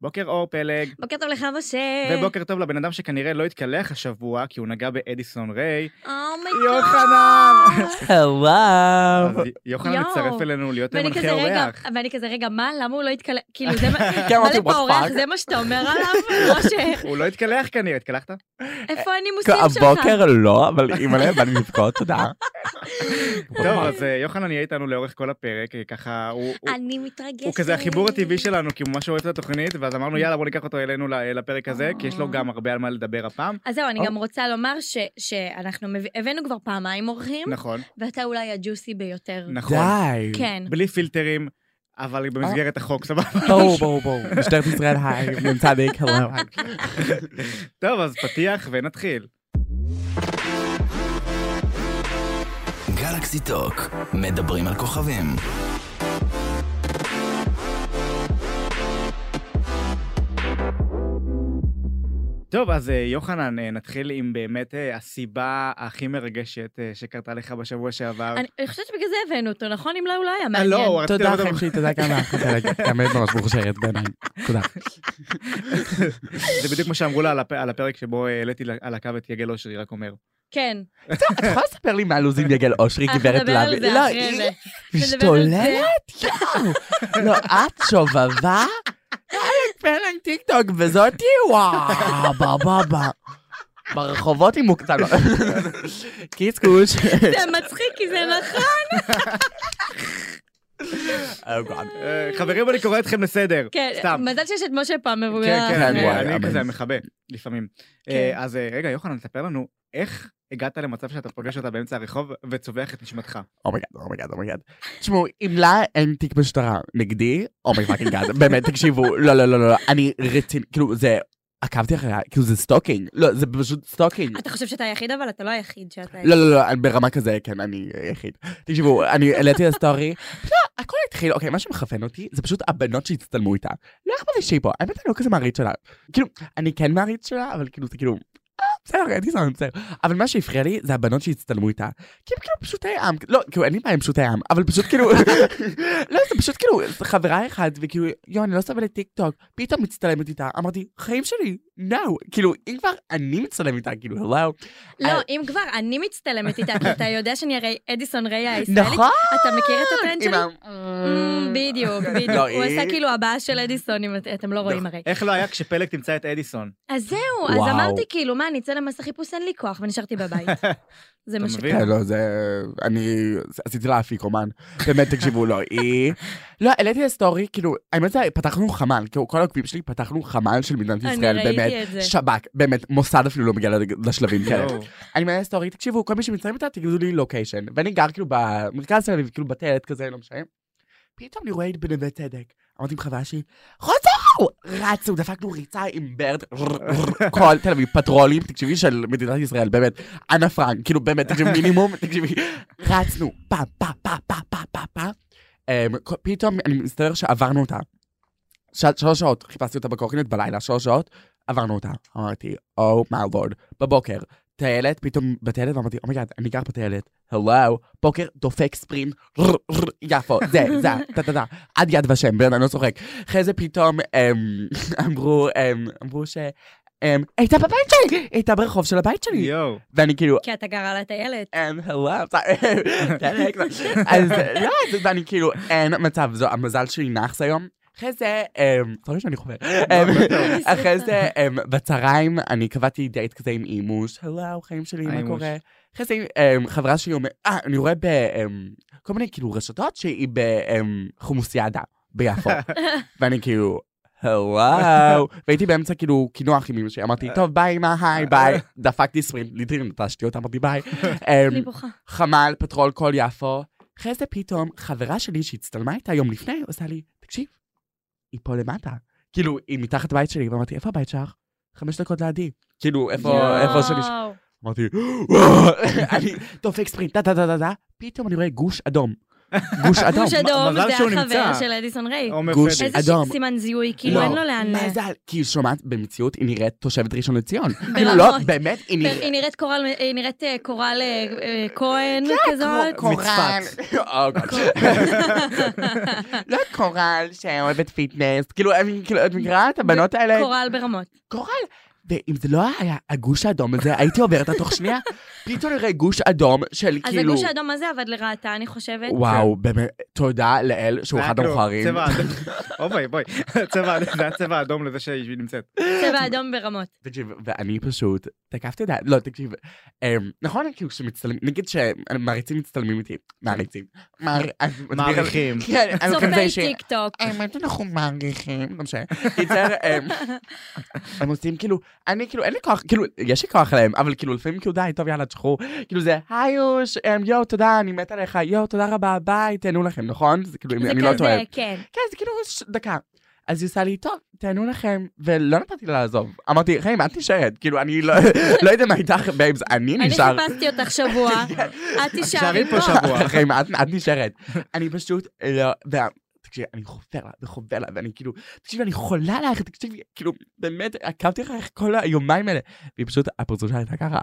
בוקר אור פלג, בוקר טוב לך, משה. ובוקר טוב לבן אדם שכנראה לא התקלח השבוע, כי הוא נגע באדיסון ריי, אומייגאד. יוחנן! אז וואו. יוחנן אה. יואו. מצטרף אלינו להיות ואני מנחה כזה רגע, אורח. ואני כזה רגע, מה, למה הוא לא התקלח? כאילו, זה מה, כן, אמרתי, מה לפה what אורח, fuck? זה מה שאתה אומר עליו? משה, הוא לא התקלח כנראה, התקלחת? איפה הנימוסים שלך? הבוקר לא, אבל אימא'לה, בא לי לבכות, תודה. טוב, אז אה, יוחנן יהיה איתנו לאורך כל הפרק, אה, ככה, הוא... הוא- אני מתרגשת. הוא כזה החיבור הטבעי שלנו, כי הוא ממש אוהב את התוכנית, ואז אמרנו, יאללה, בוא ניקח אותו אלינו ל- אה, לפרק הזה, אה. כי יש לו גם הרבה על מה לדבר הפעם. אז זהו, אני אוקיי. גם רוצה לומר ש- שאנחנו מב- הבאנו כבר פעמיים אורחים, נכון, ואתה אולי הג'וסי ביותר. נכון. די. כן. בלי פילטרים, אבל במסגרת החוק, סבבה. ברור, ברור, ברור. משטרת ישראל, היי, מ"ם צדיק, הלו, היי. טוב, אז פתיח ונתחיל. גלקסי טוק, מדברים על כוכבים. טוב, אז אה, יוחנן, אה, נתחיל עם באמת אה, הסיבה הכי מרגשת אה, שקרתה לך בשבוע שעבר. אני אני חושבת שבגלל זה הבאנו אותו, נכון? אם לא, הוא לא היה אה, מעניין. לא, רציתי תודה, לראות חיים אותו. שלי, תודה כמה. גם את ממש מוכשרת בעיניי. תודה. זה בדיוק מה שאמרו לה על הפ- על הפרק שבו אה, העליתי ל- על הקו את יגל אושרי, רק אומר. כן. את יכולה לספר לי מה לוז עם יגל אושרי, אנחנו גברת נדבר על לוי? זה לא, אחרי היא זה. נדבר על זה. משתוללת, יואו. לא, את שובבה? אלק פלג טיק טוק, וזאתי, וואו, בבבה. ברחובות היא מוקצה. לא. קיצקוש. זה מצחיק, כי זה נכון. Oh God. אה, חברים, אני קורא אתכם לסדר. כן, סתם. מזל שיש את משה פעם מבוגר. כן, כן, וואי, אני- אמן. אני כזה מכבה, לפעמים. כן. אה, אז אה, רגע, יוחנן, תספר לנו איך הגעת למצב שאתה פוגש אותה באמצע הרחוב וצווח את נשמתך. אומייגאד, אומייגאד, אומייגאד. תשמעו, אם לה אין תיק משטרה נגדי, אומייגאד, באמת, תקשיבו, לא, לא, לא, לא, לא, אני רציני, כאילו, זה, עקבתי אחריה, כאילו, זה סטוקינג, לא, זה פשוט סטוקינג. אתה חושב שאתה היחיד, אבל אתה לא היחיד שאתה... לא, לא, לא, אני ברמה כזה, כן, אני יחיד. תקשיבו, אני העליתי לסטורי, לא, הכל התחיל, אוקיי, מה שמכוון אותי, זה פשוט הבנות שהצטלמו איתה. לא אכפת לי שהיא פה, האמת, אני לא כזה מעריץ שלה. כאילו, אני כן מעריץ שלה, אבל כאילו, זה כאילו... אה, בסדר, הייתי שם, בסדר. אבל מה שהפריע לי זה הבנות שהצטלמו איתה. כי הם כאילו פשוטי עם, לא, כאילו אין לי בעיה עם פשוטי עם, אבל פשוט כאילו, לא, זה פשוט כאילו, זה חברה אחת, וכאילו, יואו, אני לא סובלת טיק טוק, פתאום מצטלמת איתה, אמרתי, חיים שלי, נו, כאילו, אם כבר אני מצטלם איתה, כאילו, הלו. לא, אם כבר, אני מצטלמת איתה, כי אתה יודע שאני הרי אדיסון ריי הישראלית. נכון. אתה מכיר את הטרנד עם שלי? ה- אמ, בדיוק, בדיוק. לא, הוא היא- עשה כאילו הבעה של אדיסון, אם את- אתם לא רואים הרי. איך לא היה כשפלג תמצא את אדיסון? אז זהו, אז וואו. אמרתי כאילו, מה, אני אצא למסע חיפוש, אין לי כוח, ונשארתי בבית. זה מה אתה שקרה. מבין? כן, לא, זה... אני עשיתי לה אפיקומן. באמת, תקשיבו, לא, היא... לא, העליתי לסטורי, כאילו, האמת זה, פתחנו חמ"ל, כאילו, כל העוקבים שלי פתחנו חמ"ל של מדינת אני ישראל, ראיתי באמת. את זה. שב"כ, באמת, מוסד אפילו לא מגיע לשלבים כאלה. יואו. אני מעלה סטורי, תקשיבו, כל מי שמצטרף איתה, תגידו לי לוקיישן. ואני גר כאילו במרכז תל אביב, כאילו בטיילת כזה, לא משנה. פתאום אני רואה את בנווה צדק. אמרתי עם חברה שלי, חוזרו! רצו, דפקנו ריצה עם ברד, כל תל אביב, פטרולים, תקשיבי, של מדינת ישראל, באמת, אנה פרנק, כאילו באמת, תקשיבי, מינימום, תקשיבי, רצנו, פעם, פעם, פעם, פעם, פעם, פעם, פעם. אמ, כל- פתאום אני מסתבר שעברנו אותה. ש- שלוש שעות, חיפשתי אותה בקורקינט בלילה, שלוש שעות, עברנו אותה. אמרתי, או מיי לורד, בבוקר, טיילת, פתאום בטיילת, ואמרתי, אומייגאד, אני גר בטיילת, הלו, בוקר, דופק ספרינט, רר, רר, יפו, זה, זה, טה טה טה, עד יד ושם, בן, אני לא צוחק. אחרי זה פתאום אמ, אמרו, אמ, אמרו ש... אמ, הייתה בבית שלי, הייתה ברחוב של הבית שלי. יואו. ואני כאילו, כי אתה גר על הטיילת. אין, הלו, אז לא, אז ואני כאילו, אין מצב, זו המזל שלי נאחס היום. אחרי זה, אמ, סורי שאני חובר, אמ, אחרי זה, אמ, בצהריים, אני קבעתי דייט כזה עם אימוש, הלו, חיים שלי, מה האימוש. קורה? אחרי זה, אמ, חברה שלי אומרת, אה, אני רואה ב... אמ, כל מיני כאילו רשתות שהיא בחומוסיאדה ביפו. ואני כאילו, הלו, והייתי באמצע כאילו קינוח עם אמא שלי, אמרתי, טוב, ביי, מה, היי, ביי, דפקתי ספרינט, ליטרין, נטשתי אותה, אמרתי ביי. אמ, אני בוכה. חמ"ל, פטרול, כל יפו. אחרי זה פתאום, חברה שלי שהצטלמה איתה יום לפני, עושה לי, תקשיב, היא פה למטה. כאילו, היא מתחת הבית שלי, ואמרתי, איפה הבית שלך? חמש דקות לידי. כאילו, איפה, איפה שלי? יואו. אמרתי, "וואו!" אני דופק ספרינט, טה טה טה טה טה, פתאום אני רואה גוש אדום. גוש אדום. גוש אדום מזל שהוא זה החבר נמצא. של אדיסון ריי. עומר גוש- פדק. איזה אדום. ש- סימן זיהוי, כאילו אין לו לאן... מה זה, לא. כי שומעת, במציאות היא נראית תושבת ראשון לציון. כאילו ברמות. לא, באמת, היא היא נראית... נראית קורל, היא נראית אה, קורל אה, אה, כהן לא כזאת. כן, כמו קורל. Oh, God. לא קורל שאוהבת פיטנס. כאילו, אני- כאילו, את מכירה את הבנות האלה? קורל ברמות. קורל. ואם זה לא היה הגוש האדום הזה, הייתי עוברת אותה תוך שנייה. פתאום נראה גוש אדום של אז כאילו... הגוש האדום הזה עבד לרעתה, אני חושבת. וואו, באמת, תודה לאל שהוא זה היה אחד כאילו המכוערים. צבע אדום. אוי בואי, בואי. צבע אדום, זה היה צבע אדום לזה שהיא נמצאת. צבע אדום ברמות. תקשיב, ואני פשוט תקפתי את ה... לא, תקשיב. אמ, נכון, כאילו כשמצטלמים, נגיד שמעריצים מצטלמים איתי. מעריצים. מער- אז מצביע- מעריכים. כן, אז כזה צופי ש... טיק טוק. האמת אנחנו מעריכים, לא משנה. קיצר, אמ, הם עושים כאילו, אני כאילו, אין לי כוח, כאילו, יש לי כוח להם, אבל כאילו, לפעמים כאילו, די, טוב, יאללה, תשחררו. כאילו זה, היי אוש, אמ, יואו, תודה, אני מתה עליך, יואו, תודה רבה, ביי, תהנו לכם, נכון? זה כאילו, זה אני לא טועה. כזה, כן. כן, זה כאילו, ש- דקה. אז היא עושה לי, טוב, תענו לכם, ולא נתתי לה לעזוב. אמרתי, חיים, את נשארת. כאילו, אני לא לא יודע מה איתך, בייבס, אני אני נשאר. חיפשתי אותך שבוע, את תישארי תישארי פה פה. לא. שבוע. חיים, את את נשארת. אני פשוט לא... וה- תקשיבי, אני חופר לה וחופר לה, ואני כאילו, תקשיבי, אני חולה עלייך, תקשיבי, כאילו, באמת, עקבתי אחריך כל היומיים האלה. והיא פשוט, הפרצוף שלה הייתה ככה.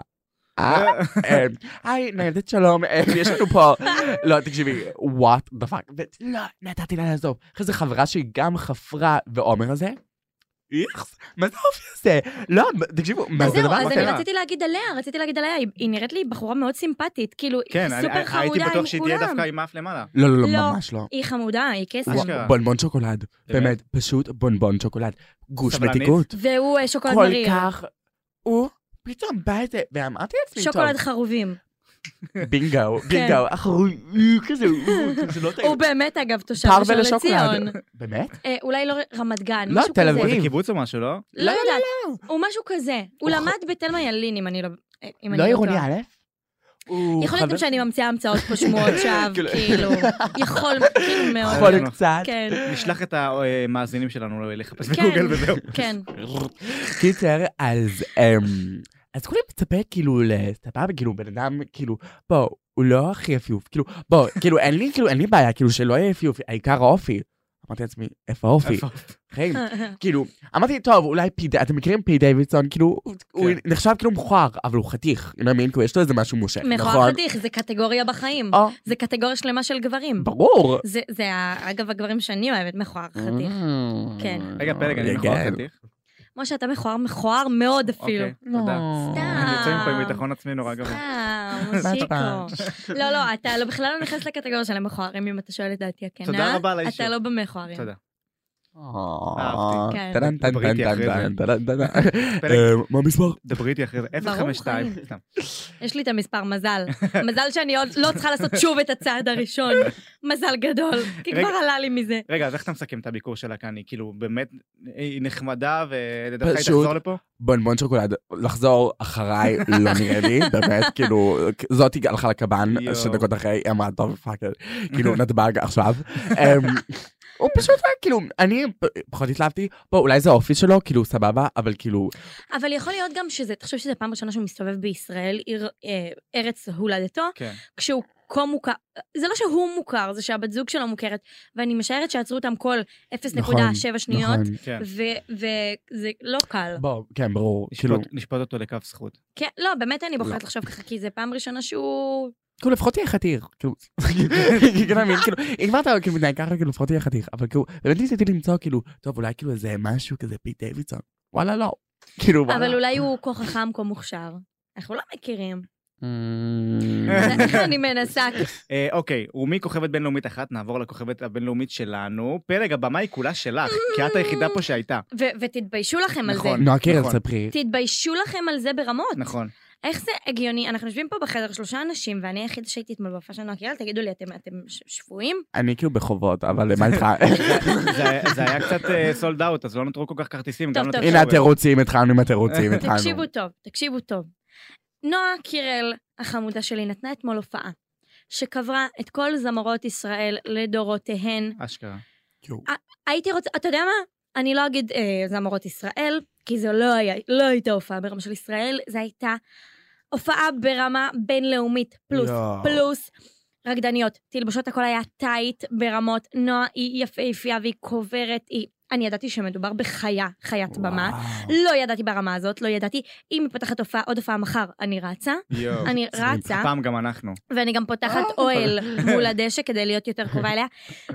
לא, אה, אה, היי, ניידת שלום, אה, יש לנו פה... לא, תקשיבי, וואט דה פאק. לא, נתתי לה לעזוב. אחרי זה חברה שהיא גם חפרה, ועומר הזה? איכס, מה זה האופי הזה? לא, תקשיבו, מה אז זה זהו, הדבר אז הזה? אני רציתי להגיד עליה, רציתי להגיד עליה, היא- היא נראית לי בחורה מאוד סימפטית, כאילו, היא כן, אני- סופר חמודה עם הייתי כולם. בטוח שהיא תהיה דווקא עם אף למעלה. לא, לא, לא, לא. ממש לא. היא חמודה, היא קסם. וואו. אשכרה. בונבון שוקולד, באמת, פשוט בונבון שוקולד. גוש סבלנית. מתיקות. והוא אה, שוקולד כל מריר. כך, הוא פתאום בא את זה, ואמרתי לעצמי, "כן, טוב, שוקולד חרובים. בינגו, בינגו, אחרוי, אה, כזה, הוא- זה לא טעים. הוא באמת, אגב, תושב פרווה ראשון לשוקולד. לציון. באמת? אה, אולי לא רמת גן, לא, משהו תל פה כזה. זה אביב. קיבוץ או משהו, לא? לא לא, לא, יודעת, הוא משהו כזה. הוא הוא ח- למד בתלמה ילין, אם אני לא... אה, אם אני לא עירוני טועה. א'? הוא יכול להיות חבר- גם שאני ממציאה המצאות פה שמועות שווא, כאילו- כאילו. יכול, כאילו מאוד. יכול חולה קצת. כן, נשלח את המאזינים שלנו לחפש כן. בגוגל וזהו. כן. קיצר, אז... אמ, אז כולי מצפה כאילו לסבבה, כאילו בן אדם, כאילו, בוא, הוא לא הכי יפיוף, כאילו, בוא, כאילו אין לי, כאילו אין לי בעיה, כאילו שלא יהיה יפיוף, העיקר האופי. אמרתי לעצמי, איפה האופי? איפה? חיים, כאילו, אמרתי, טוב, אולי פי, די- אתם מכירים פי דיווידסון, כאילו, הוא- הוא כן. נחשב כאילו מכוער, אבל הוא חתיך, אני מאמין, כאילו, יש לו איזה משהו מושך, מכוער נכון? חתיך, זה קטגוריה בחיים. או, זה קטגוריה שלמה של גברים. אה. ברור. אה. זה, זה ה- אגב, הגברים שאני אוהבת, מכוער חתיך. כן. רגע, פלג, אני כן. מכוער חתיך? משה, אתה מכוער, מכוער מאוד אפילו. אוקיי, לא. תודה. סתם. אני יוצא מפה עם ביטחון עצמי נורא גבוה. אה, That's מושיקו. לא, לא, אתה לא- בכלל לא נכנס לקטגוריה של המכוערים, אם אתה שואל את דעתי הכנה. תודה רבה על האישור. אתה לא במכוערים. תודה. אהבתי. כן. טדן, טדן, דברי איתי טדן, אחרי זה. טדן, טדן, טדן. פלג, אה, מה המספר? דברי איתי אחרי זה. 052. סתם. יש לי את המספר, מזל. מזל שאני עוד לא צריכה לעשות שוב את הצעד הראשון. מזל גדול, כי רגע. כבר עלה לי מזה. רגע, אז איך אתה מסכם את הביקור שלה כאן? היא כאילו באמת, היא נחמדה, ודווקא היא פשוט. תחזור לפה? בונבון שוקולד, לחזור אחריי לא נראה לי, באמת, כאילו, זאתי הלכה לקב"ן, יואו. שתי דקות אחרי, היא אמרה, טוב, פאקר, כאילו, נתב"ג עכשיו. אמ, הוא פשוט, היה, כאילו, אני פ- פחות התלהבתי, בוא, אולי זה האופי שלו, כאילו, סבבה, אבל כאילו, אבל יכול להיות גם שזה, תחשוב שזו פעם ראשונה שהוא מסתובב בישראל, עיר, אה, ארץ הולדתו, כן. כשהוא כה מוכר, זה לא שהוא מוכר, זה שהבת זוג שלו מוכרת, ואני משערת שעצרו אותם כל 0.7 שניות, נכון. כן. ו- וזה לא קל. בוא, כן, ברור, כאילו, נשפוט- נשפוט אותו לקו זכות. כן, לא, באמת אני לא. בוחרת לחשוב ככה, כי זו פעם ראשונה שהוא... כאילו, לפחות תהיה חתיך, כאילו, כאילו, אני מבין, כאילו, אם כבר אתה כאילו מתנהג ככה, כאילו, לפחות תהיה חתיך, אבל כאילו, באמת ניסיתי למצוא, כאילו, טוב, אולי כאילו איזה משהו כזה פי דיווידסון, וואלה, לא, כאילו, וואלה. אבל אולי הוא כה חכם, כה מוכשר. אנחנו לא מכירים. Mm. אני מנסה, אה, אוקיי, ומכוכבת בינלאומית אחת נעבור לכוכבת הבינלאומית שלנו. פלג, הבמה היא כולה שלך, כי את היחידה פה שהייתה. ו- ותתביישו לכם על זה. נכון. נועה קירל, נכון. ספרי. תתביישו לכם על זה ברמות. נכון. איך זה הגיוני? אנחנו יושבים פה בחדר שלושה אנשים, ואני היחיד שהייתי אתמול בהופעה של נועה קירל, תגידו לי, אתם אתם ש- שפויים? אני כאילו בחובות, אבל מה איתך? זה- זה היה קצת סולד אאוט, אז לא נותרו כל כך כרטיסים. טוב, גם לא טוב. הנה לתקשורת. התירוצים, התחלנו עם התירוצים, התחלנו. תקשיבו טוב, תקשיבו טוב. נועה קירל, החמודה שלי, נתנה אתמול הופעה שקברה את כל זמרות ישראל לדורותיהן. אשכרה. כאילו, הייתי רוצה, אתה יודע מה? אני לא אגיד אה, זמרות ישראל, כי זו לא, היה, לא הייתה הופעה ברמה של ישראל, זו הייתה הופעה ברמה בינלאומית, פלוס, יואו. פלוס. רקדניות, תלבשות הכל היה טייט ברמות, נועה היא יפהפייה והיא קוברת, היא... אני ידעתי שמדובר בחיה, חיית במה. וואו. לא ידעתי ברמה הזאת, לא ידעתי. אם היא פותחת הופעה, עוד הופעה מחר, אני רצה. יואו. אני רצה, הפעם גם אנחנו. ואני גם פותחת אה, אוהל אוקיי. מול הדשא כדי להיות יותר קרובה אליה.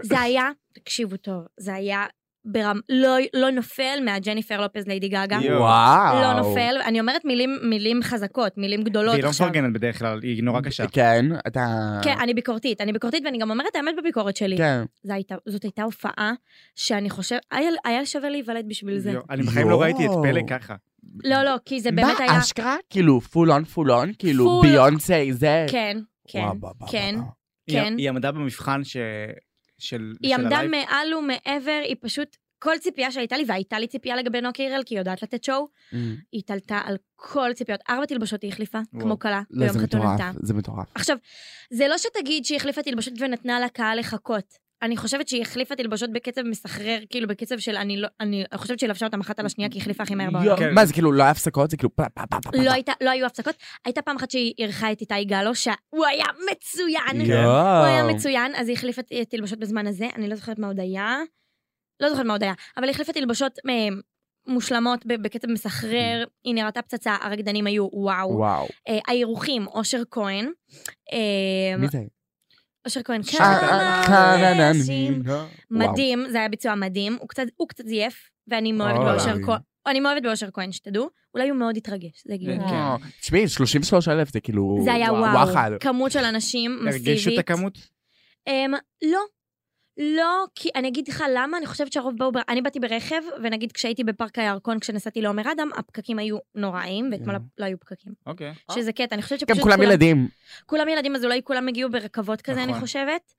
זה היה, תקשיבו טוב, זה היה ברמ... לא, לא נופל מהג'ניפר לופז ליידי גאגה. יואו. וואו. לא נופל, אני אומרת מילים, מילים חזקות, מילים גדולות והיא לא עכשיו. מפרגנת בדרך כלל, היא אה, נורא קשה. כן, אתה... כן, אני ביקורתית, אני ביקורתית ואני גם אומרת את האמת בביקורת שלי. כן. זו הייתה, זאת הייתה הופעה שאני חושב, היה, היה שווה להיוולד בשביל כאילו זה. יואו, אני בחיים לא יואו. ראיתי את פלא ככה. לא, לא, כי זה באמת היה... אה, מה, אשכרה? כאילו, פול און פול און? כאילו, Full- ביונסה זה? כן, כן, וואו, וואו, וואו, כן. וואו. היא- כן. היא עמדה במבחן ש... של... היא של עמדה הלייב. מעל ומעבר, היא פשוט, כל ציפייה שהייתה לי, והייתה לי ציפייה לגבי נועה קירל, כי היא יודעת לתת שואו, Mm. היא תלתה על כל ציפיות. ארבע תלבשות היא החליפה, וואו. כמו כלה, לא, ביום זה מטורף, חתונתה. זה מטורף. עכשיו, זה לא שתגיד שהיא החליפה תלבשות ונתנה לקהל לחכות. אני חושבת שהיא החליפה תלבשות בקצב מסחרר, כאילו בקצב של אני לא, אני חושבת שהיא לבשה אותם אחת על השנייה, כי היא החליפה הכי מהר בעולם. יואו, כן. מה, זה כאילו לא היה הפסקות? זה כאילו... פ- פ- פ- פ- לא, פ- הייתה, לא היו הפסקות. הייתה פעם אחת שהיא אירחה את איתי גלו, שהוא היה מצוין. כן. הוא היה מצוין, אז היא החליפה ת- תלבשות בזמן הזה, אני לא זוכרת מה עוד היה. לא זוכרת מה עוד היה, אבל היא החליפה תלבשות אה, מושלמות ב- בקצב מסחרר, היא נראתה פצצה, הרקדנים היו וואו. וואו. אה, האירוחים, אושר כהן. אה, מי זה? אשר כהן, כן, אה, כמה כננן. אנשים. וואו. מדהים, זה היה ביצוע מדהים, הוא קצת- הוא קצת זייף, ואני מאוהבת אוי. באושר כהן, אני מאוהבת באושר כהן, שתדעו, אולי הוא מאוד התרגש, זה הגיוני. כן. אה, תשמעי, 33 אלף זה כאילו... זה היה וואו, וואחד. כמות של אנשים הרגישו את מסיבית. הכמות? אמ, לא. לא, כי אני אגיד לך למה, אני חושבת שהרוב באו, ב- אני באתי ברכב, ונגיד כשהייתי בפארק הירקון, כשנסעתי לעומר אדם, הפקקים היו נוראים, ואתמול כן. אה? לא היו פקקים. אוקיי. שזה קטע, אני חושבת גם שפשוט... כן, כולם ילדים. כולם ילדים, אז אולי כולם הגיעו ברכבות כזה, אני נכון. חושבת.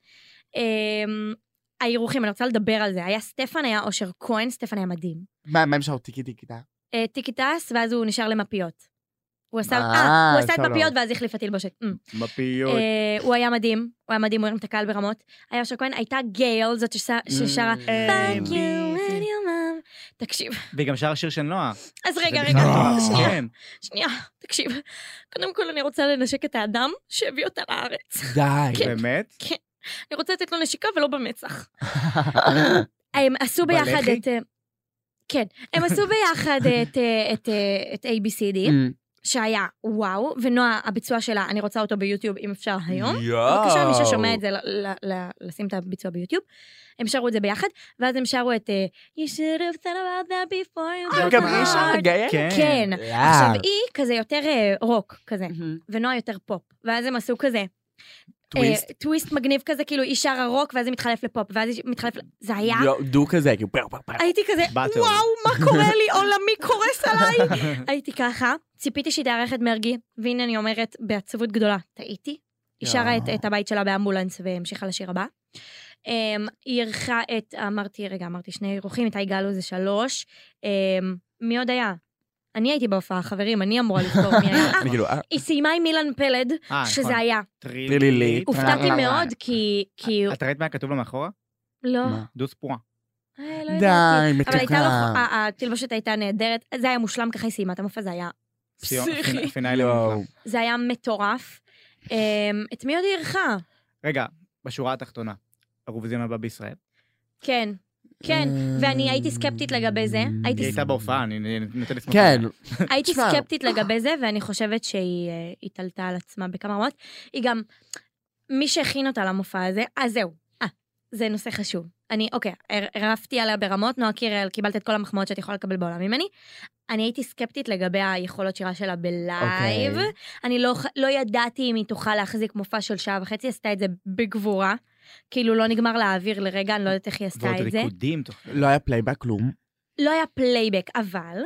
אמ, האירוחים, אני רוצה לדבר על זה. היה סטפן, היה אושר כהן, סטפן היה מדהים. מה, מה עם שעות טיקי טיקי טק? אה, טיקי טס, ואז הוא נשאר למפיות. הוא עשה, אה, אה, הוא עשה את שלום. מפיות ואז החליף את תלבושת. אמ. מפיות. אה, הוא היה מדהים, הוא היה מדהים, הוא הרים את הקהל ברמות. היה אשר כהן, הייתה גייל, זאת שש- Mm. ששרה Mm. Fuck you and your mom. תקשיב, והיא גם שרה שיר של נועה. אז זה רגע, לא, בכלל רגע, מטורף. שנייה, כן. שנייה, תקשיב. קודם כל אני רוצה לנשק את האדם שהביא אותה לארץ. די. כן, כן. באמת? אני רוצה לתת לו נשיקה ולא במצח. הם עשו ביחד בלחי? את... אה, כן, הם עשו ביחד את, אה, את, אה, את ABCD, Mm. שהיה וואו, ונועה, הביצוע שלה, אני רוצה אותו ביוטיוב אם אפשר היום. בבקשה, מי ששומע את זה, ל- ל- ל- לשים את הביצוע ביוטיוב. הם שרו את זה ביחד, ואז הם שרו את אה, You should have thought about that before you אה, broke גם my היא שרה heart." גייר? כן. אוקיי. כן. לא. עכשיו, היא כזה יותר אה, רוק כזה, מהמם. ונועה יותר פופ. ואז הם עשו כזה, אה, טוויסט. טוויסט מגניב כזה, כאילו היא שרה רוק, ואז היא מתחלף לפופ, ואז היא מתחלף... ל- זה היה... אה, יו, דו כזה, כאילו פר פר פר. הייתי כזה, באטל. וואו, מה קורה לי? עולמי קורס עליי. הייתי ככה, ציפיתי שהיא תארח את מרגי, והנה אני אומרת בעצבות גדולה, טעיתי. היא שרה את, את הבית שלה באמבולנס והמשיכה לשיר הבא. Um, היא אירחה את, אמרתי, רגע, אמרתי שני אירוחים, איתי גלו זה שלוש. Um, מי עוד היה? אני הייתי בהופעה, חברים, אני אמורה לזכור מי היה. אה, אני כאילו, אה, היא סיימה עם אילן פלד, אה, נכון. שזה היה. טרילילית. הופתעתי מאוד, כי... כי... את ראית מה כתוב לה מאחורה? לא, מה? דוס פרועה. אה, לא ידעתי. די, אבל הייתה מתוקה. אה, לו, ה- ה- התלבושת הייתה נהדרת, זה היה מושלם, ככה היא סיימה את המופע, זה היה פסיכי, פינאלי יואו. מופלא. זה היה מטורף. אמ, את מי עוד היא אירחה? רגע, בשורה התחתונה, האירוויזיון הבא בישראל. כן, כן, ואני הייתי סקפטית לגבי זה, Mm, הייתי היא הייתה בהופעה, אני אני נותן לסמוך. כן, עליה. הייתי תשמע. סקפטית לגבי זה, ואני חושבת שהיא אה, התעלתה על עצמה בכמה רמות. היא גם, מי שהכין אותה למופע הזה, אז זהו, אה, זה נושא חשוב. אני, אוקיי, הר- הרפתי עליה ברמות, נועה קירל, קיבלת את כל המחמאות שאת יכולה לקבל בעולם ממני. אני הייתי סקפטית לגבי היכולות שירה שלה בלייב. אוקיי. אני לא, ח- לא ידעתי אם היא תוכל להחזיק מופע של שעה וחצי, עשתה את זה בגבורה. כאילו, לא נגמר לה האוויר לרגע, אני לא יודעת איך היא עשתה ועוד את זה. ריקודים. תוך- כאילו, לא היה פלייבק, כלום. לא היה פלייבק, אבל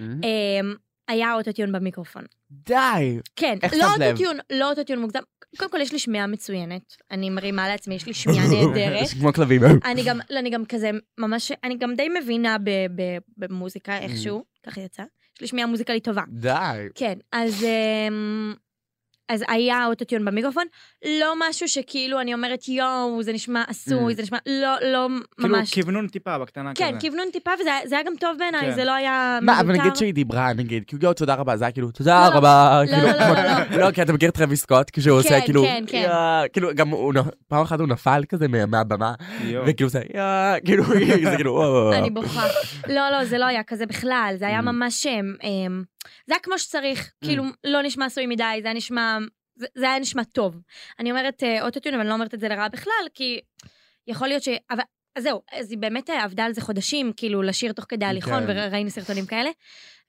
אמ, היה אוטוטיון במיקרופון. די. כן, איך לא שמת לב? אוטוטיון, לא אוטוטיון מוקדם. קודם כל, יש לי שמיעה מצוינת. אני מרימה לעצמי, יש לי שמיעה נהדרת. כמו כלבים. אני גם, לא, אני גם כזה, ממש, אני גם די מבינה ב- ב- Mm. במוזיקה איכשהו, ככה יצא. יש לי שמיעה מוזיקלית טובה. די. כן, אז כן, אמ, אז היה אוטוטיון במיקרופון, לא משהו שכאילו אני אומרת יואו, זה נשמע עשוי, Mm. זה נשמע, לא, לא כאילו, ממש. כיוונון טיפה בקטנה כזה. כן, כיוונון טיפה, וזה היה- זה היה גם טוב בעיניי, כן. זה לא היה מה, אבל נגיד מיותר. שהיא דיברה, נגיד, כאילו, יואו, תודה רבה, זה היה כאילו, תודה לא, רבה, לא, כאילו, לא, לא, כמו- לא, כי אתה מכיר את טרוויס סקוט, כשהוא כן, עושה כאילו, כן, כן. "יא", כאילו, גם הוא, נ- פעם אחת הוא נפל כזה מה- מהבמה, יואו. וכאילו זה, "יא", כאילו, זה כאילו, "וואו". אני בוכה. לא, לא, זה לא היה כזה בכלל, זה היה Mm. ממש... אמ, אמ, זה היה כמו שצריך, Mm. כאילו, לא נשמע עשוי מדי, זה היה נשמע... זה זה היה נשמע טוב. אני אומרת אה, אוטוטיון, אבל אני לא אומרת את זה לרעה בכלל, כי יכול להיות ש... אבל... אז זהו, אז היא באמת אה, עבדה על זה חודשים, כאילו, לשיר תוך כדי הליכון, כן. וראינו סרטונים כאלה.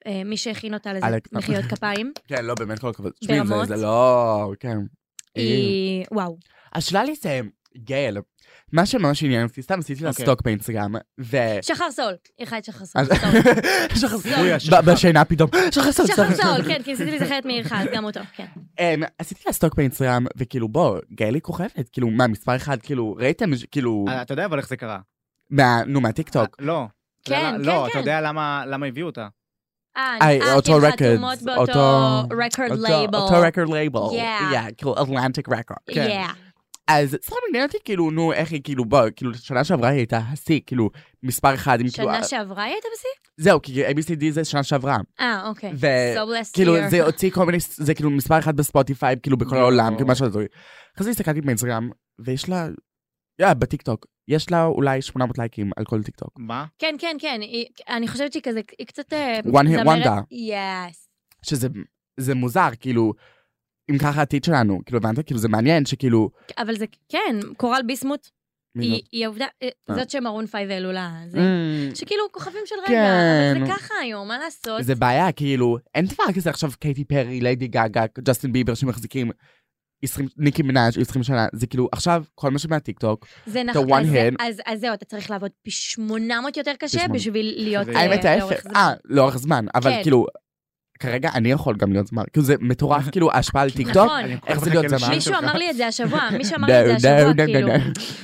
אה, מי שהכין אותה לזה, אלק- מחיאות כפיים, כן, לא, באמת, כל הכבוד. תשמעי, זה- ברמות? זה לא, כן. אה, היא... וואו. השאלה לי זה, גייל, מה שממש עניין אותי, סתם עשיתי לה אוקיי. סטוק באינסטגרם, ו... שחר סול, היא חיה את שחר סול. אז- סול. שחר אוי, סול. השחר. ב- בשינה פתאום, שחר סול, שחר שחר סול, סול. כן, כי ניסיתי להיזכר את מאיר חז, גם אותו, כן. אמ, עשיתי לה סטוק באינסטגרם, וכאילו, בוא, גייל היא כוכבת, כאילו, מה, מספר אחד, כאילו, ראיתם, ש- כאילו, אה, אתה יודע אבל איך זה קרה. מה- נו, מהטיקטוק. אה, לא. כן, לא, כן, לא, כן. אתה יודע למה למה הביאו אותה. אה, איי, אה, אותו כי הן records, חתומות באותו אותו- רקורד אותו- לייבל. אותו רקורד לייבל. Yeah. Yeah, כאילו, אטלנטיק רקורד. כן. Yeah. אז סתם עניין אותי, כאילו, נו, איך היא, כאילו, בוא, כאילו, שנה שעברה היא הייתה השיא, כאילו, מספר אחד, עם כאילו, שנה שעברה היא הייתה בשיא? זהו, כי ABCD זה שנה שעברה. אה, אוקיי. ו- So blessed כאילו, year. זה הוציא כל מיני, זה כאילו מספר אחד בספוטיפיי, כאילו בכל יואו. העולם, כאילו משהו הזוי. אחרי זה הסתכלתי באינסטגרם, ויש לה, יא, בטיקטוק, יש לה אולי 800 לייקים על כל טיקטוק. מה? כן, כן, כן. היא- אני חושבת שהיא כזה, היא קצת... אה, One hit זמרת- wonder. Yes. שזה זה מוזר, כאילו, אם ככה העתיד שלנו, כאילו, הבנת? כאילו, זה מעניין שכאילו... אבל זה, כן, קורל ביסמוט, מי היא זאת? היא העובדה, אה, אה. זאת שמרון פייב העלו לה. זה- Mm, שכאילו, כוכבים של רגע, כן. אבל זה ככה היום, מה לעשות? זה בעיה, כאילו, אין דבר כזה עכשיו קייטי פרי, ליידי גאגה, ג'סטין ביבר שמחזיקים 20, ניקי מנאז' 20 שנה, זה כאילו, עכשיו, כל מה שמהטיקטוק, זה the one אז זה- hit. אז- אז זהו, אתה צריך לעבוד פי 800 יותר קשה שמונה. בשביל להיות שזה- אה, האמת לאורך ההפך, זמן. אה, לאורך זמן, אבל כן. כאילו, כרגע אני יכול גם להיות זמן, כאילו זה מטורף, כאילו ההשפעה על טיקטוק, נכון. אני כל איך כך זה להיות מחכה זמר? לשיר מישהו שלך. אמר לי את זה השבוע, מישהו אמר נו, לי את זה נו, השבוע, נו, כאילו, נו, נו.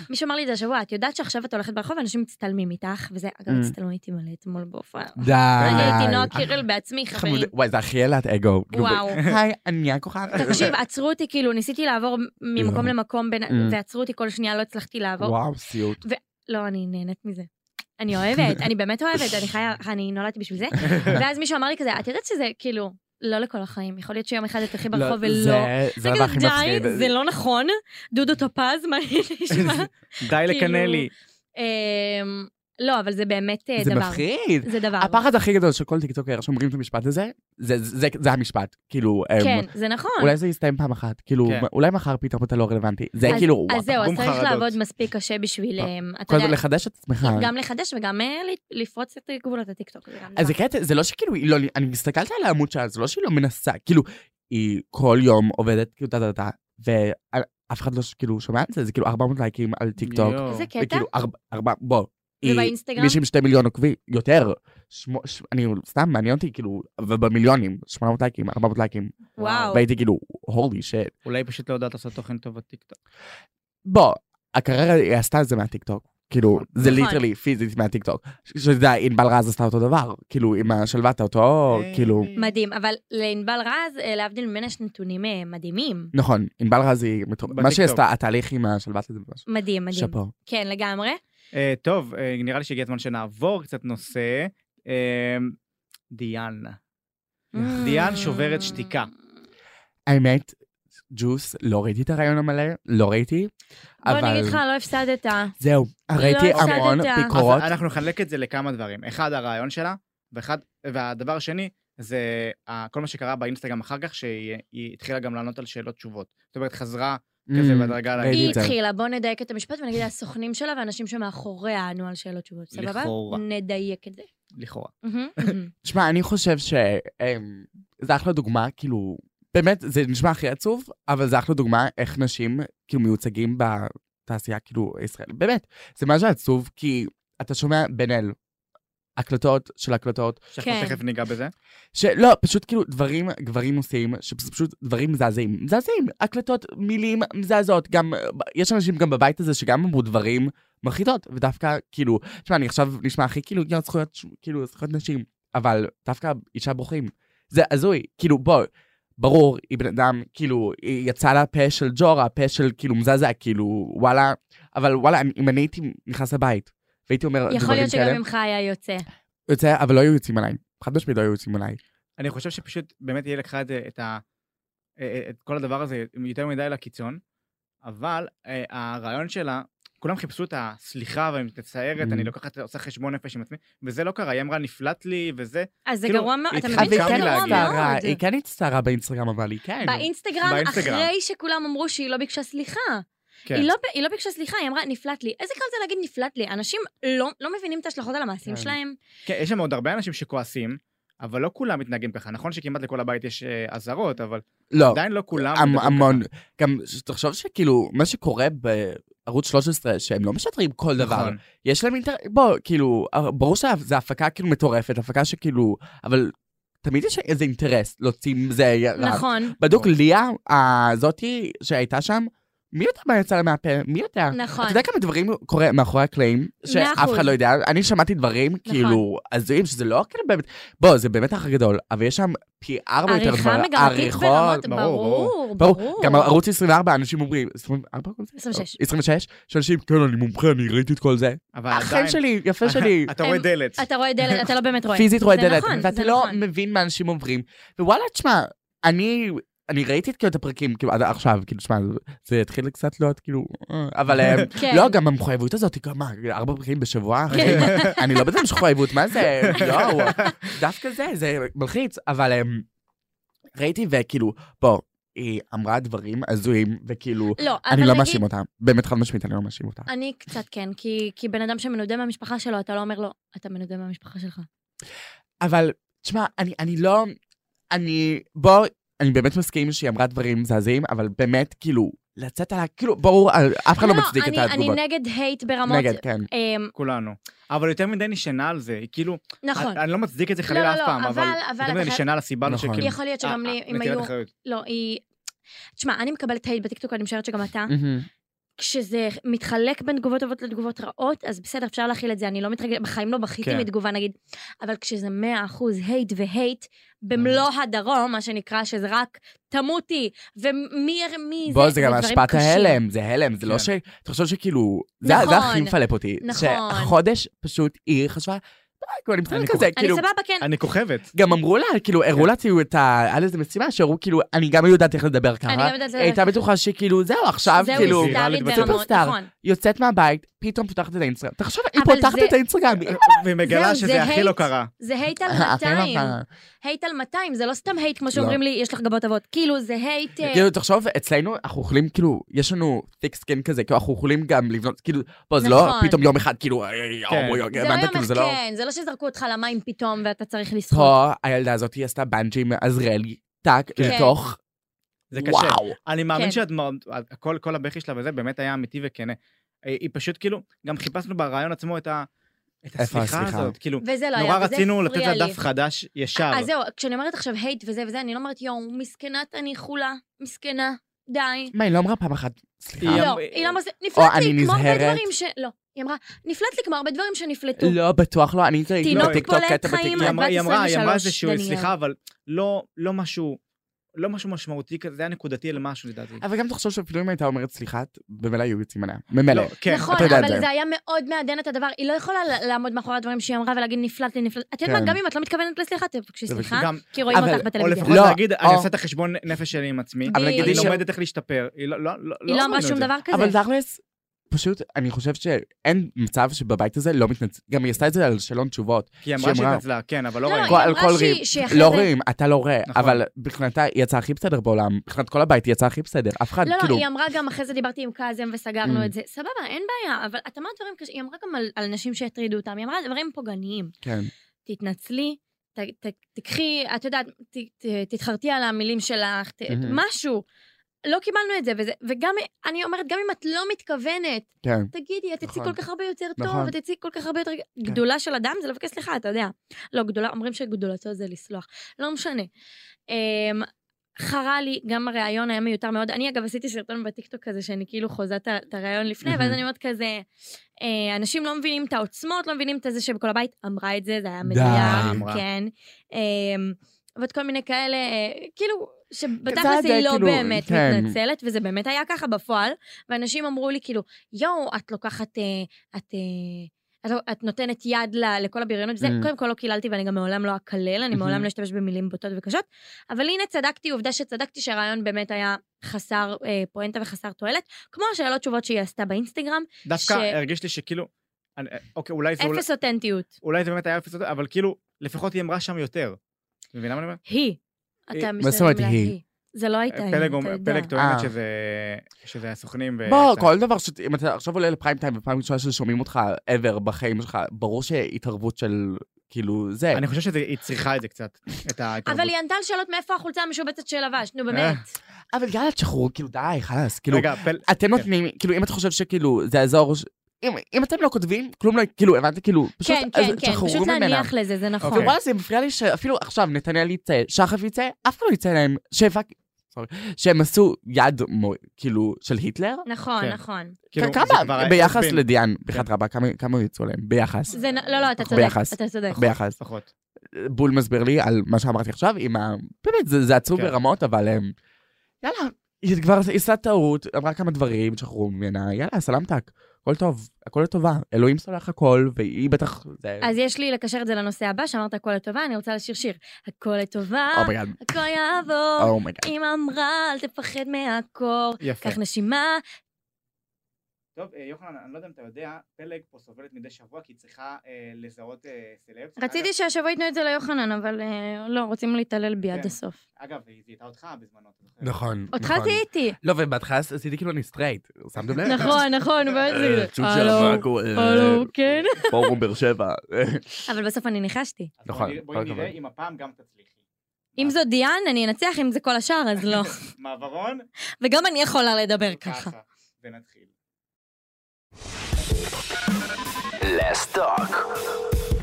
מישהו אמר לי את זה השבוע, את יודעת שעכשיו את הולכת ברחוב ואנשים מצטלמים איתך, וזה, אגב, Mm. הצטלמו איתי מלא אתמול בהופעה. די. אני הייתי נועה אה, קירל בעצמי, חברים. חמוד- וואי, זה הכי העלת אגו. כאילו, וואו. היי, אני הכוכב. תקשיב, עצרו אותי, כאילו, ניסיתי לעבור ממקום לא. למקום, בין- Mm. ועצרו אותי כל שנייה, לא הצלחתי לעבור. וואו, סיוט. לא, אני נהנית מזה. אני אוהבת, אני באמת אוהבת, אני חיה, אני נולדתי בשביל זה. ואז מישהו אמר לי כזה, את יודעת שזה, כאילו, לא לכל החיים, יכול להיות שיום אחד את תלכי ברחוב לא, ולא. זה- זה הדבר תגיד, הכי מפחיד. די, זה לא נכון, דודו טופז, מה נשמע? די כאילו, לקנלי. אמ, לא, אבל זה באמת אה, זה דבר. מפחיד. זה דבר. הפחד הכי גדול של כל טיקטוקר שאומרים את המשפט הזה, זה- זה זה המשפט. כאילו, אמ, כן, זה נכון. אולי זה יסתיים פעם אחת, כאילו, כן. אולי מחר פתאום אתה לא רלוונטי. זה אז- כאילו, וואו. אה, אז זהו, אז בום צריך חרדות. לעבוד מספיק קשה בשביל, אמ, אתה כל הזמן יודע, לחדש את עצמך. גם לחדש וגם אה, ל- לפרוץ את גבולות הטיקטוק. זה גם נכון. אז זה דבר. קטע, זה לא שכאילו, היא לא, אני מסתכלת על העמוד שלה, זה לא שהיא לא מנסה, כאילו, היא כל יום עובדת, כאילו, טה טה טה, ואף אחד לא ש- כאילו שומע את זה, זה כאילו 400 לייקים על טיקטוק, יואו. איזה קטע? וכאילו, ארבע, ארבע, בוא. היא- ובאינסטגרם? מישהי עם שתי מיליון עוקבים, יותר. שמו, ש... אני סתם מעניין אותי כאילו ובמיליונים 800 לייקים 400 לייקים וואו. והייתי כאילו הולי שט. אולי היא פשוט לא יודעת לעשות תוכן טוב בטיקטוק. בוא הקריירה היא עשתה את זה מהטיקטוק כאילו זה נכון. ליטרלי פיזית מהטיקטוק. ש- שזה היה, ענבל רז עשתה אותו דבר כאילו עם השלוות אותו כן. אה. כאילו מדהים, אבל לענבל רז, אה, להבדיל ממנה, יש נתונים אה, מדהימים. נכון, ענבל רז היא מטורפת. מה בטיקטוק. שהיא עשתה, התהליך עם השלוות הזה ממש. מדהים, מדהים. שאפו. כן, לגמרי. אה, טוב, אה, נראה לי שהגיע הזמן שנעבור קצת נושא. אה, דיאן. Mm. דיאן שוברת שתיקה. האמת, ג'וס, לא ראיתי את הרעיון המלא, לא ראיתי, בוא אבל נגיד לך, לא הפסדת. זהו, ראיתי לא הפסדת. המון אז ביקורות. אז אנחנו נחלק את זה לכמה דברים. אחד, הרעיון שלה, ואחד, והדבר השני, זה ה- כל מה שקרה באינסטגרם אחר כך, שהיא היא התחילה גם לענות על שאלות תשובות. זאת אומרת, חזרה כזה Mm, בדרגה ראיתי היא את זה. התחילה, בוא נדייק את המשפט ונגיד הסוכנים שלה והאנשים שמאחוריה ענו על שאלות תשובות, סבבה? לכאורה. נדייק את זה. אה, Mm-hmm. לכאורה. מהמם, מהמם. תשמע, אני חושב ש... אמ, זה אחלה דוגמה, כאילו, באמת, זה נשמע הכי עצוב, אבל זה אחלה דוגמה איך נשים, כאילו, מיוצגים בתעשייה, כאילו, הישראלית. באמת, זה מה שעצוב, כי אתה שומע בן אל, הקלטות של הקלטות, שאנחנו כן. תכף ניגע בזה. שלא, פשוט כאילו דברים, גברים עושים, שפשוט דברים מזעזעים. מזעזעים, הקלטות, מילים מזעזעות. גם, אה, ב- יש אנשים גם בבית הזה שגם אמרו דברים מרחידות, ודווקא כאילו, תשמע, אני עכשיו נשמע הכי כאילו, יו, זכויות, ש- כאילו, זכויות נשים, אבל דווקא אישה בוכים. זה הזוי, כאילו, בוא, ברור, היא בן אדם, כאילו, היא יצאה לה פה של ג'ורה, פה של כאילו מזעזע, כאילו, וואלה, אבל וואלה, אם אני הייתי נכנס לבית, והייתי אומר דברים כאלה, יכול להיות שגם ממך היה יוצא. יוצא, אבל לא היו יוצאים עליי. חד משמעית לא היו יוצאים עליי. אני חושב שפשוט באמת היא לקחה את, זה- את, ה, את כל הדבר הזה יותר מדי לקיצון, אבל אה, הרעיון שלה, כולם חיפשו את הסליחה ואני מצטערת, Mm. אני לוקחת, עושה חשבון נפש עם עצמי, וזה לא קרה, היא אמרה נפלט לי וזה, אז זה כאילו, גרוע מאוד, אתה התחלתי מבין? גם זה גרוע להגיד. הצטערה, מאוד. היא כן הצטערה באינסטגרם, אבל היא כן. באינסטגרם, באינסטגרם. אחרי שכולם אמרו שהיא לא ביקשה סליחה. כן. היא לא, היא לא ביקשה סליחה, היא אמרה, נפלט לי. איזה קל זה להגיד נפלט לי? אנשים לא, לא מבינים את ההשלכות על המעשים כן. שלהם. כן, יש שם עוד הרבה אנשים שכועסים, אבל לא כולם מתנהגים ככה. נכון שכמעט לכל הבית יש אה, אזהרות, אבל לא, עדיין לא כולם... המ- מדברים המון. גם ש- תחשוב שכאילו, מה שקורה בערוץ 13, שהם לא משדרים כל ככה. דבר. נכון. יש להם אינטר... בוא, כאילו, ברור שזו הפקה כאילו מטורפת, הפקה שכאילו, אבל תמיד יש איזה אינטרס להוציא מזה רע. נכון, בדוק, ליה, הזאתי שהייתה שם, מי יודע מה יצא לה מהפה? מי יודע? נכון. אתה יודע כמה דברים קורה מאחורי הקלעים, שאף אחוז. נכון. אחד לא יודע, אני שמעתי דברים כאילו הזויים, שזה לא כאילו באמת, בוא, זה באמת אח גדול, אבל יש שם פי ארבע יותר דבר, עריכה מגמתית ברמות, ברור, ברור, ברור, ברור. גם ערוץ 24, אנשים אומרים, 24? 26. 26, שאנשים, כן, אני מומחה, אני ראיתי את כל זה. אבל אכן עדיין- שלי, יפה שלי. אתה רואה לא הם- דלת. אתה רואה דלת, אתה לא באמת רואה. פיזית רואה זה דלת, נכון, ואתה זה לא נכון. מבין מה אנשים עוברים. ווואלה, תשמע, אני... אני ראיתי את כאילו את הפרקים, כאילו עד עכשיו, כאילו, שמע, זה התחיל קצת להיות, כאילו, אה, אבל אה, כן. לא, גם המחויבות הזאת, כאילו, מה, ארבע פרקים בשבוע? אחי? אני לא בטח מחויבות, מה זה? יואו, דווקא זה, זה מלחיץ, אבל אה, ראיתי, וכאילו, בוא, היא אמרה דברים הזויים, וכאילו, לא, אבל אני לא נגיד- מאשים אותה, באמת חד משמעית, אני לא מאשים אותה. אני קצת כן, כי, כי בן אדם שמנודה מהמשפחה שלו, אתה לא אומר לו, אתה מנודה מהמשפחה שלך. אבל, תשמע, אני, אני לא... אני... בוא, אני באמת מסכים שהיא אמרה דברים מזעזעים, אבל באמת, כאילו, לצאת עליה, כאילו, ברור, אף אחד לא, מצדיק אני, את התגובות. אני נגד הייט ברמות... נגד, כן. אמ, כולנו. אבל יותר מדי נשענה על זה, היא כאילו... נכון. אני- אני לא מצדיק את זה חלילה לא, אף לא, פעם, אבל- אבל... אבל יותר אתה מדי חי- נשענה על הסיבה, לא נכון. שכאילו... יכול להיות שגם אה, לי, אה, אם נטילת היו... אחריות. לא, היא... תשמע, אני מקבלת הייט בטיקטוק, אני משערת שגם אתה. מהמם. כשזה מתחלק בין תגובות טובות לתגובות רעות, אז בסדר, אפשר להכיל את זה, אני לא מתרגשת, בחיים לא בכיתי כן. מתגובה נגיד, אבל כשזה 100% הייט והייט, במלוא הדרום, מה שנקרא, שזה רק תמותי, ומי מי זה, בוא, זה גם דברים השפעת קשים. ההלם, זה הלם, זה לא כן. ש... אתה חושב שכאילו... זה נכון. זה הכי מפלפ אותי. נכון. שחודש פשוט היא חשבה, "אה, כאילו, אני אני כן. מסתכלת כל- כזה, אני כאילו... סבבה, כן, אני כוכבת. גם אמרו לה, כאילו, הראו לה את ה... היה לזה משימה, שהראו, כאילו, אני גם יודעת איך לדבר ככה. אני גם יודעת... היא הייתה בטוחה שכאילו, זהו, עכשיו, זהו, כאילו... היא הסתערית ויראלית ברמות, בסופרסטאר. נכון. יוצאת מהבית, פתאום פותחת את האינסטגרם. תחשוב, היא אבל פותחת זה- את האינסטגרם. היא- אה, ומגלה זהו, זה שזה הכי hate. לא קרה. זה הייט על אה, אף אחד לא כן, 200, אמר. הייט על 200, זה לא סתם הייט כמו לא. שאומרים לי, יש לך גבות עבות, כאילו זה הייט... אה, כאילו, תחשוב, אצלנו אנחנו יכולים, כאילו, יש לנו thick skin כזה, כאילו, אנחנו יכולים גם לבנות, כאילו, בוא, זה לא נכון. פתאום יום אחד, כאילו, "איי, איי, כן. הומואי, זה הבנת? לא כאילו, יום זה לא... אחד, כן, זה לא שזרקו אותך למים פתאום ואתה צריך לשחות. פה, הילדה הזאת היא עשתה בנג'י מעזריאלי, טאק, כן. לתוך, זה קשה. וואו. אני מאמין כן. שהדמעות, הכל, כל הבכי שלה וזה באמת היה אמיתי וכן. היא היא פשוט כאילו, גם חיפשנו ברעיון עצמו את ה... את איפה הסליחה הסליחה? הזאת, כאילו, וזה לא היה, נורא וזה רצינו לתת הפריע לה לי. אה, דף חדש ישר. אז זהו, כשאני אומרת עכשיו הייט וזה וזה, אני לא אומרת יואו, מסכנת אני חולה, מסכנה, די. מה, היא לא אמרה פעם אחת, סליחה. היא לא, אמ- היא לא אמרה, נפלט אני לי כמו הרבה נזהרת. דברים ש... לא, היא אמרה, נפלט לי כמו הרבה דברים שנפלטו. לא, בטוח לא, אני ראיתי תינוק בטיקטוק פולט קטע חיים. היא בטיקטוק. אמרה, היא אמרה, היא אמרה איזשהו, דניאל. סליחה, אבל לא, לא משהו, לא משהו משמעותי כזה, זה היה נקודתי למשהו לדעתי. אבל גם תחשוב שאפילו אם הייתה אומרת סליחה, במילא היו יוצאים עליה. ממילא. לא, כן. נכון, אתה יודע את אבל זה. זה היה מאוד מעדן את הדבר, היא לא יכולה ל- לעמוד מאחורי הדברים שהיא אמרה ולהגיד נפלט לי, נפלט. את יודעת כן. מה, גם אם את לא מתכוונת לסליחה, תבקשי תבקשי. סליחה, גם, כי רואים אבל- אותך או בטלוויזיה. לפחות לא, להגיד, או- אני עושה את החשבון נפש שלי עם עצמי, אבל נגיד אני ש- לומדת איך להשתפר. היא לא, לא, לא, היא לא אמרה אמרנו את שום זה. דבר כזה. אבל תכלס, פשוט, אני חושב שאין מצב שבבית הזה לא מתנצל. גם היא עשתה את זה על שאלון תשובות. כי היא אמרה שהיא אמרה- שהתנצלה, כן, אבל לא לא, ראינו. כל- היא על אמרה כל שהיא- ריב. שאחרי לא זה- רואים, אתה לא רואה, נכון. אבל מבחינתה היא יצאה הכי בסדר בעולם. מבחינת כל הבית היא יצאה הכי בסדר. אף אחד, לא, כאילו... לא, היא אמרה גם, אחרי זה דיברתי עם קאזם וסגרנו Mm. את זה. סבבה, אין בעיה, אבל את אמרת דברים קשים, היא אמרה גם על- על נשים שהטרידו אותם, היא אמרה דברים פוגעניים. כן. תתנצלי, ת- ת- תקחי, את יודעת, ת- ת- תתחרטי על המילים שלך, ת- Mm-hmm. Mhm. משהו. משהו. לא קיבלנו את זה, וזה- וגם, אני אומרת, גם אם את לא מתכוונת, כן. תגידי, את תצאי נכון. כל כך הרבה יותר טוב, נכון. כן. את תצאי כל כך הרבה יותר... גדולה של אדם זה לבקש סליחה, אתה יודע. לא, גדולה, אומרים שגדולתו זה לסלוח. לא משנה. אמ, חרה לי, גם הריאיון היה מיותר מאוד. אני, אגב, עשיתי סרטון בטיקטוק כזה, שאני כאילו חוזה את ה- את הריאיון לפני, מהמם. ואז אני אומרת כזה, אה, אנשים לא מבינים את העוצמות, לא מבינים את זה שבכל הבית אמרה את זה, זה היה די. מדויק, אמרה. כן. אמ, ועוד כל מיני כאלה, אה, כאילו, שבתכלס היא לא כאילו, באמת כן. מתנצלת, וזה באמת היה ככה בפועל, ואנשים אמרו לי כאילו, יואו, את לוקחת, אה, את... אה, את, לא- את נותנת יד ל- לכל הבריונות, זה Mm. קודם כל לא קיללתי ואני גם מעולם לא אקלל, אני מעולם לא אשתמש במילים בוטות וקשות, אבל הנה צדקתי, עובדה שצדקתי שהרעיון באמת היה חסר אה, פואנטה וחסר תועלת, כמו השאלות תשובות שהיא עשתה באינסטגרם, דווקא ש- הרגיש לי שכאילו, אני- אוקיי, אולי זה אולי- אפס אותנטיות. אולי זה באמת היה אפס, אבל כאילו, לפחות היא אמרה שם יותר. מבינה מה אני אומר? היא. היא- אתה מה זאת אומרת מסתכל על היא? היא. זה לא הייתה היא, פלג אתה אומר- יודע. פלג טוענת אה. שזה- שזה הסוכנים. ו- בוא, כל דבר ש... אם אתה עכשיו עולה לפריים טיים ופעם ראשונה ששומעים אותך ever בחיים שלך, ברור שהתערבות של, כאילו, זה. אני חושב שהיא צריכה את זה קצת, את ההתערבות. אבל היא ענתה על שאלות מאיפה החולצה המשובצת שלבש, נו באמת. אבל יאללה, תשחררו, כאילו, די, חלאס. כאילו, רגע, פל- כן, כן. אתם נותנים, כאילו, אם אתה חושב שכאילו, זה יעזור... ש- אם- אם אתם לא כותבים, כלום לא... כאילו, הבנתי, כאילו, פשוט כן, אז כן, כן, תשחררו פשוט ממנה. להניח לזה, זה נכון. אוקיי. ווואלה, זה מפריע לי שאפילו עכשיו נתנאל יצא, שחף יצא, אף אחד לא יצא להם, שפאק... סורי, שהם עשו יד, מו- כאילו, של היטלר? נכון, כן. נכון. כאילו, זה כבר כמה, היה ביחס עצבן, לדיאן, בחייאת רבה, כמה- כמה יצאו להם? ביחס. כן. זה, נ- לא, לא, אתה צודק, ביחס. אתה צודק. ביחס. לפחות. בול מסביר לי על מה שאמרתי עכשיו, עם ה... באמת, זה, זה עצוב כן. ברמות, אבל אמ, יאללה, היא כבר עשתה טעות, אמרה כמה דברים, שחררו ממנה, יאללה, סלמתק, הכל טוב, הכל לטובה, אלוהים סולח הכל, והיא בטח... זה... אז יש לי לקשר את זה לנושא הבא, שאמרת הכל לטובה, אני רוצה לשיר שיר. הכל לטובה, אומייגאד, הכל oh יעבור, אומייגאד. אמא אמרה, אל תפחד מהקור. יפה. קח נשימה, טוב, אה, יוחנן, אני לא יודע אם אתה יודע, פלג פה סובלת מדי שבוע כי היא צריכה אה, לזהות אה, סלבס. רציתי שהשבוע ייתנו את זה ליוחנן, אבל אה, לא, רוצים להתעלל בי עד כן. הסוף. אגב, אגב, היא זיהתה אותך בזמנו. אתה זוכר? נכון. אותך זיהיתי. לא, ובהתחלה עשיתי כאילו אני סטרייט, שמתם לב? אה, נכון, נכון, באמת זה. צ'וצ'ה, הלו, מאקו, אה, הלו, כן. פורום באר שבע. אבל בסוף אני ניחשתי. אז בואי נכון, נראה- כל בואי נראה הכבוד. אם הפעם גם תצליחי. אם מה- זו דיאן, אני אנצח, אם זה כל השאר, אז לא. מעברון, וגם אני יכולה לדבר כן, ככה. ככה. ונתחיל.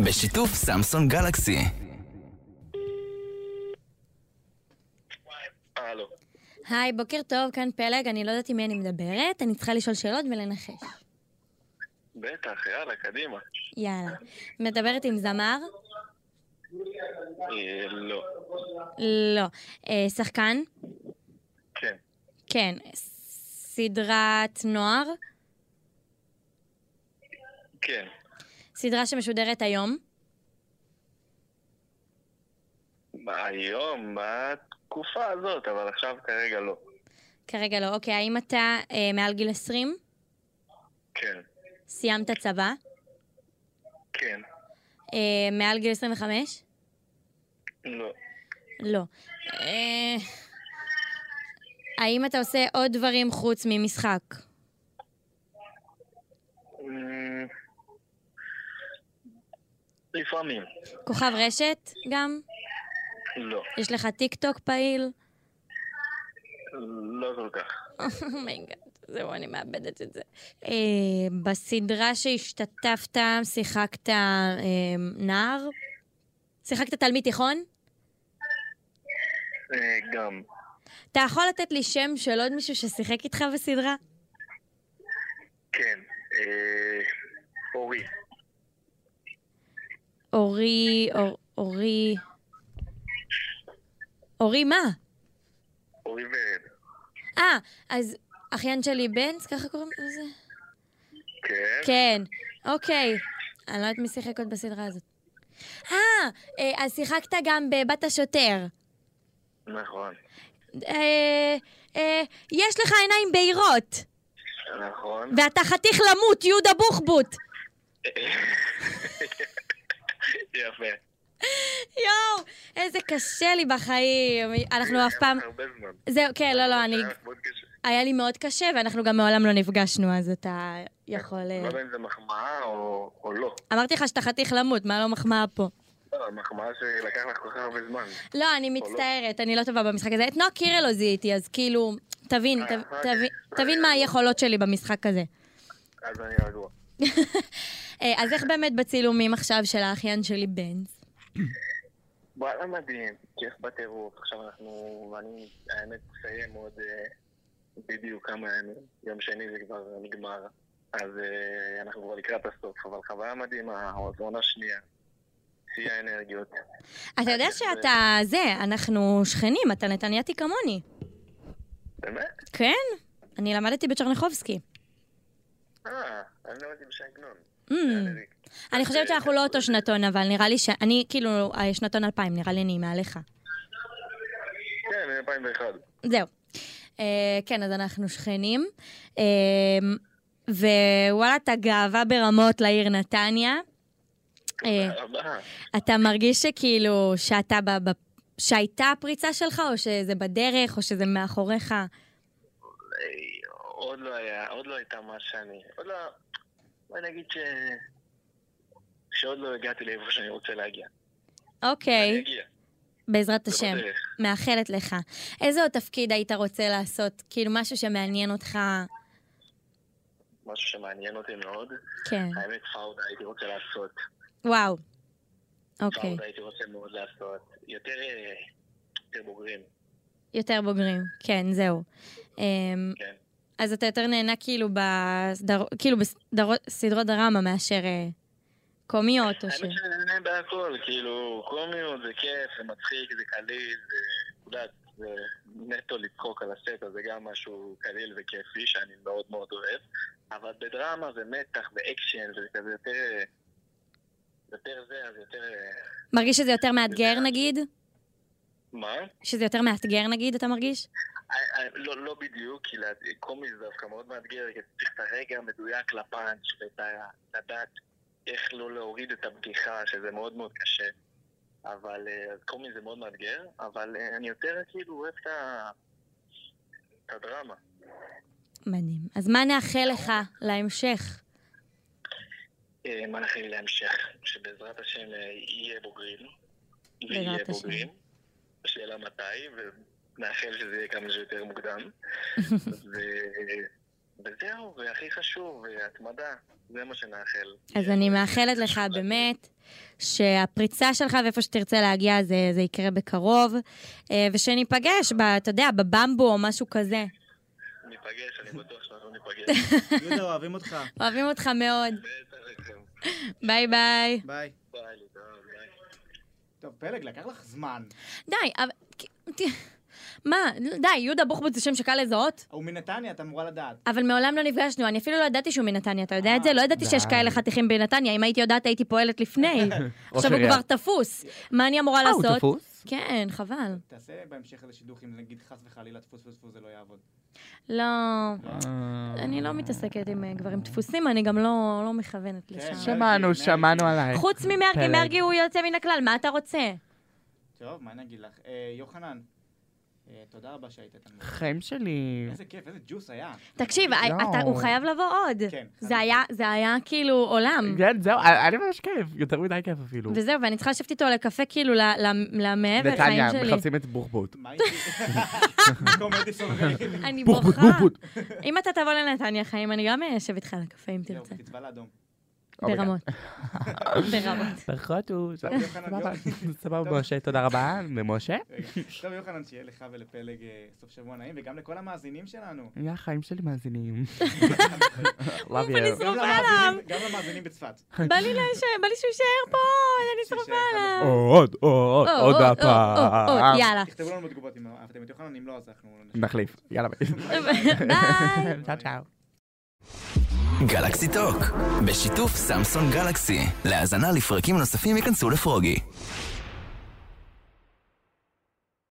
בשיתוף סמסון גלקסי. הלו. היי, בוקר טוב, כאן פלג, אני לא יודעת עם מי אני מדברת, אני צריכה לשאול שאלות ולנחש. בטח, יאללה, קדימה. יאללה. מדברת עם זמר? אה, לא. לא. אה, שחקן? כן. כן. סדרת נוער? כן. סדרה שמשודרת היום? היום, בתקופה הזאת, אבל עכשיו כרגע לא. כרגע לא. אוקיי, האם אתה אה, מעל גיל 20? כן. סיימת צבא? כן. אה, מעל גיל 25? לא. לא. אה, האם אתה עושה עוד דברים חוץ ממשחק? אמ, לפעמים. כוכב רשת גם? לא. יש לך טיק טוק פעיל? לא כל כך. אומייגאד, זהו, אני מאבדת את Oh זה. אה, בסדרה שהשתתפת, שיחקת אה, נער? שיחקת תלמיד תיכון? אה, גם. אתה יכול לתת לי שם של עוד מישהו ששיחק איתך בסדרה? כן. אה, אורי. אורי, אור- אורי... אורי מה? אורי ורד. אה, אז אחיין שלי בנץ, ככה קוראים לזה? כן. כן, אוקיי. אני לא יודעת מי שיחק עוד בסדרה הזאת. אה, אה, אז שיחקת גם בבת השוטר. נכון. אה, אה, יש לך עיניים בהירות, נכון. ואתה חתיך למות, יהודה בוחבוט. יפה. יואו, איזה קשה לי בחיים. אנחנו אף פעם... הרבה זמן. זהו, כן, לא, לא, אני... זה היה מאוד קשה. היה לי מאוד קשה, ואנחנו גם מעולם לא נפגשנו, אז אתה יכול... אה, לא יודע אם זה מחמאה או או לא. אמרתי לך שאתה חתיך למות, מה לא מחמאה פה? לא, המחמאה שלקח לך כל כך הרבה זמן. לא, אני מצטערת, אני לא טובה במשחק הזה. את נועה קירל לא זיהיתי, אז כאילו, תבין, ת- תבין- תבין מה היכולות שלי במשחק הזה. אז אני רגוע. אה, אז איך באמת בצילומים עכשיו של האחיין שלי בנץ? וואלה לא מדהים, כיף בטירוף. עכשיו אנחנו, ואני, האמת, מסיים עוד אה, בדיוק כמה ימים. יום שני זה כבר נגמר. אז אה, אנחנו כבר לקראת הסוף, אבל חוויה מדהימה, עוד עונה שנייה. שיא האנרגיות. אתה יודע שאתה זה, אנחנו שכנים, אתה נתנייתי כמוני. באמת? כן, אני למדתי בצ'רניחובסקי. אה, אני למדתי בשעגנון. Mm. אני חושבת שאנחנו לא אותו שנתון, אבל נראה לי שאני, כאילו, אה, שנתון 2000, נראה לי אני מעליך. כן, מ-2001. זהו. אה, כן, אז אנחנו שכנים. אה, ווואלה, אתה גאווה ברמות לעיר נתניה. אה, רבה. אתה מרגיש שכאילו, שאתה ב... ב... שהייתה הפריצה שלך, או שזה בדרך, או שזה מאחוריך? אה, עוד לא היה, עוד לא הייתה מה שאני... עוד לא... בוא נגיד ש... שעוד לא הגעתי לאיפה שאני רוצה להגיע. אני אוקיי, אגיע, בעזרת זה השם, בדרך. מאחלת לך. איזה עוד תפקיד היית רוצה לעשות? כאילו, משהו שמעניין אותך? משהו שמעניין אותי מאוד. כן. האמת, פאודה הייתי רוצה לעשות. וואו. אוקיי, פאודה הייתי רוצה מאוד לעשות. יותר... אה, יותר בוגרים, יותר בוגרים. כן, זהו. אמ, כן. אז אתה יותר נהנה כאילו בסדר- כאילו בסדרות דרמה מאשר אה, קומיות או ש... האמת שאני נהנה בהכל, כאילו, קומיות זה כיף, זה מצחיק, זה קליל, זה... את יודעת, זה נטו לצחוק על הסט, אז זה גם משהו קליל וכיפי שאני מאוד מאוד אוהב. אבל בדרמה זה מתח ואקשן, זה כזה יותר... יותר זה, אז יותר... אה, מרגיש שזה יותר מאתגר נגיד? מה? שזה יותר מאתגר נגיד, אתה מרגיש? אה, אה, לא, לא בדיוק, כי לה- קומי זה דווקא מאוד מאתגר, כי אתה צריך את הרגע המדויק לפאנץ' ואת ה- לדעת איך לא להוריד את הבדיחה, שזה מאוד מאוד קשה. אבל אה, אז קומי זה מאוד מאתגר, אבל אה, אני יותר כאילו אוהב את ה- את הדרמה. מדהים. אז מה נאחל לך להמשך? אה, מה נאחל לי להמשך? שבעזרת השם אה, יהיה בוגרים. ויהיה בעזרת השם. בוגרים. השאלה מתי, ונאחל שזה יהיה כמה שיותר מוקדם. ו... וזהו, והכי חשוב, התמדה, זה מה שנאחל. אז אני מאחלת לך באמת שהפריצה שלך ואיפה שתרצה להגיע זה, זה יקרה בקרוב, אה, ושניפגש, ב- אתה יודע, בבמבו או משהו כזה. ניפגש, אני בטוח שאנחנו ניפגש. יהודה, אוהבים אותך. אוהבים אותך מאוד. בטח, לכם. ביי ביי. ביי. ביי, ליטל, ביי. טוב, פלג, לקח לך זמן. די, אבל... מה, די, יהודה בוחבוט זה שם שקל לזהות? הוא מנתניה, את אמורה לדעת. אבל מעולם לא נפגשנו, אני אפילו לא ידעתי שהוא מנתניה, אתה יודע את זה? לא ידעתי שיש די. כאלה חתיכים בנתניה, אם הייתי יודעת הייתי פועלת לפני. ראש עכשיו הוא עירייה. כבר תפוס. מה אני אמורה אה, הוא לעשות? תפוס? כן, חבל. תעשה בהמשך איזה שידוך, אם נגיד חס וחלילה טפוס טפוס טפוס זה לא יעבוד. לא, אני לא מתעסקת עם אה, גברים דפוסים, אני גם לא לא מכוונת לשם. שמענו, שמענו עלייך. חוץ ממרגי, פלג. מרגי הוא יוצא מן הכלל, מה אתה רוצה? טוב, מה אני אגיד לך? אה, יוחנן, אה, תודה רבה שהיית כאן. חיים שלי. איזה כיף, איזה ג'וס היה. תקשיב, אה, לא. אתה- הוא חייב לבוא עוד. כן, חד זה היה- זה היה כאילו עולם. כן, זהו, היה לי ממש כיף, יותר מדי כיף אפילו. וזהו, ואני צריכה לשבת איתו לקפה כאילו ל- ל- למעבר חיים נתניה, שלי. מחפשים את בוחבוט. מה איתי? קומדי סוגרים. אני בוחבוט, בוכה. בוחבוט. אם אתה תבוא לנתניה חיים, אני גם אה, אשב איתך לקפה אם זהו, תרצה. תצבע לאדום. אוקיי. ברמות. ברמות. פחות הוא... טוב, יוחנן, אוקיי. סבבה, יוחנן. סבבה, טוב. משה, תודה רבה, ומשה. רגע. טוב, יוחנן, שיהיה לך ולפלג אה, סוף שבוע נעים, וגם לכל המאזינים שלנו. יא, חיים שלי מאזינים. Love אני you. סוף גם למאזינים- גם למאזינים בצפת. בא לי להישאר- בא לי שהוא יישאר פה, אני שיישאר שרופה כאן. עליו. עוד, עוד, או, עוד או, או, או, או, הפעם. יאללה. תכתבו לנו בתגובות אם אהבתם את יוחנן, אם לא, אז אנחנו... לא נשאר. נחליף, יאללה ביי. ביי. צ'או צ'או. גלקסי טוק, בשיתוף סמסון גלקסי. להאזנה לפרקים נוספים ייכנסו לפרוגי.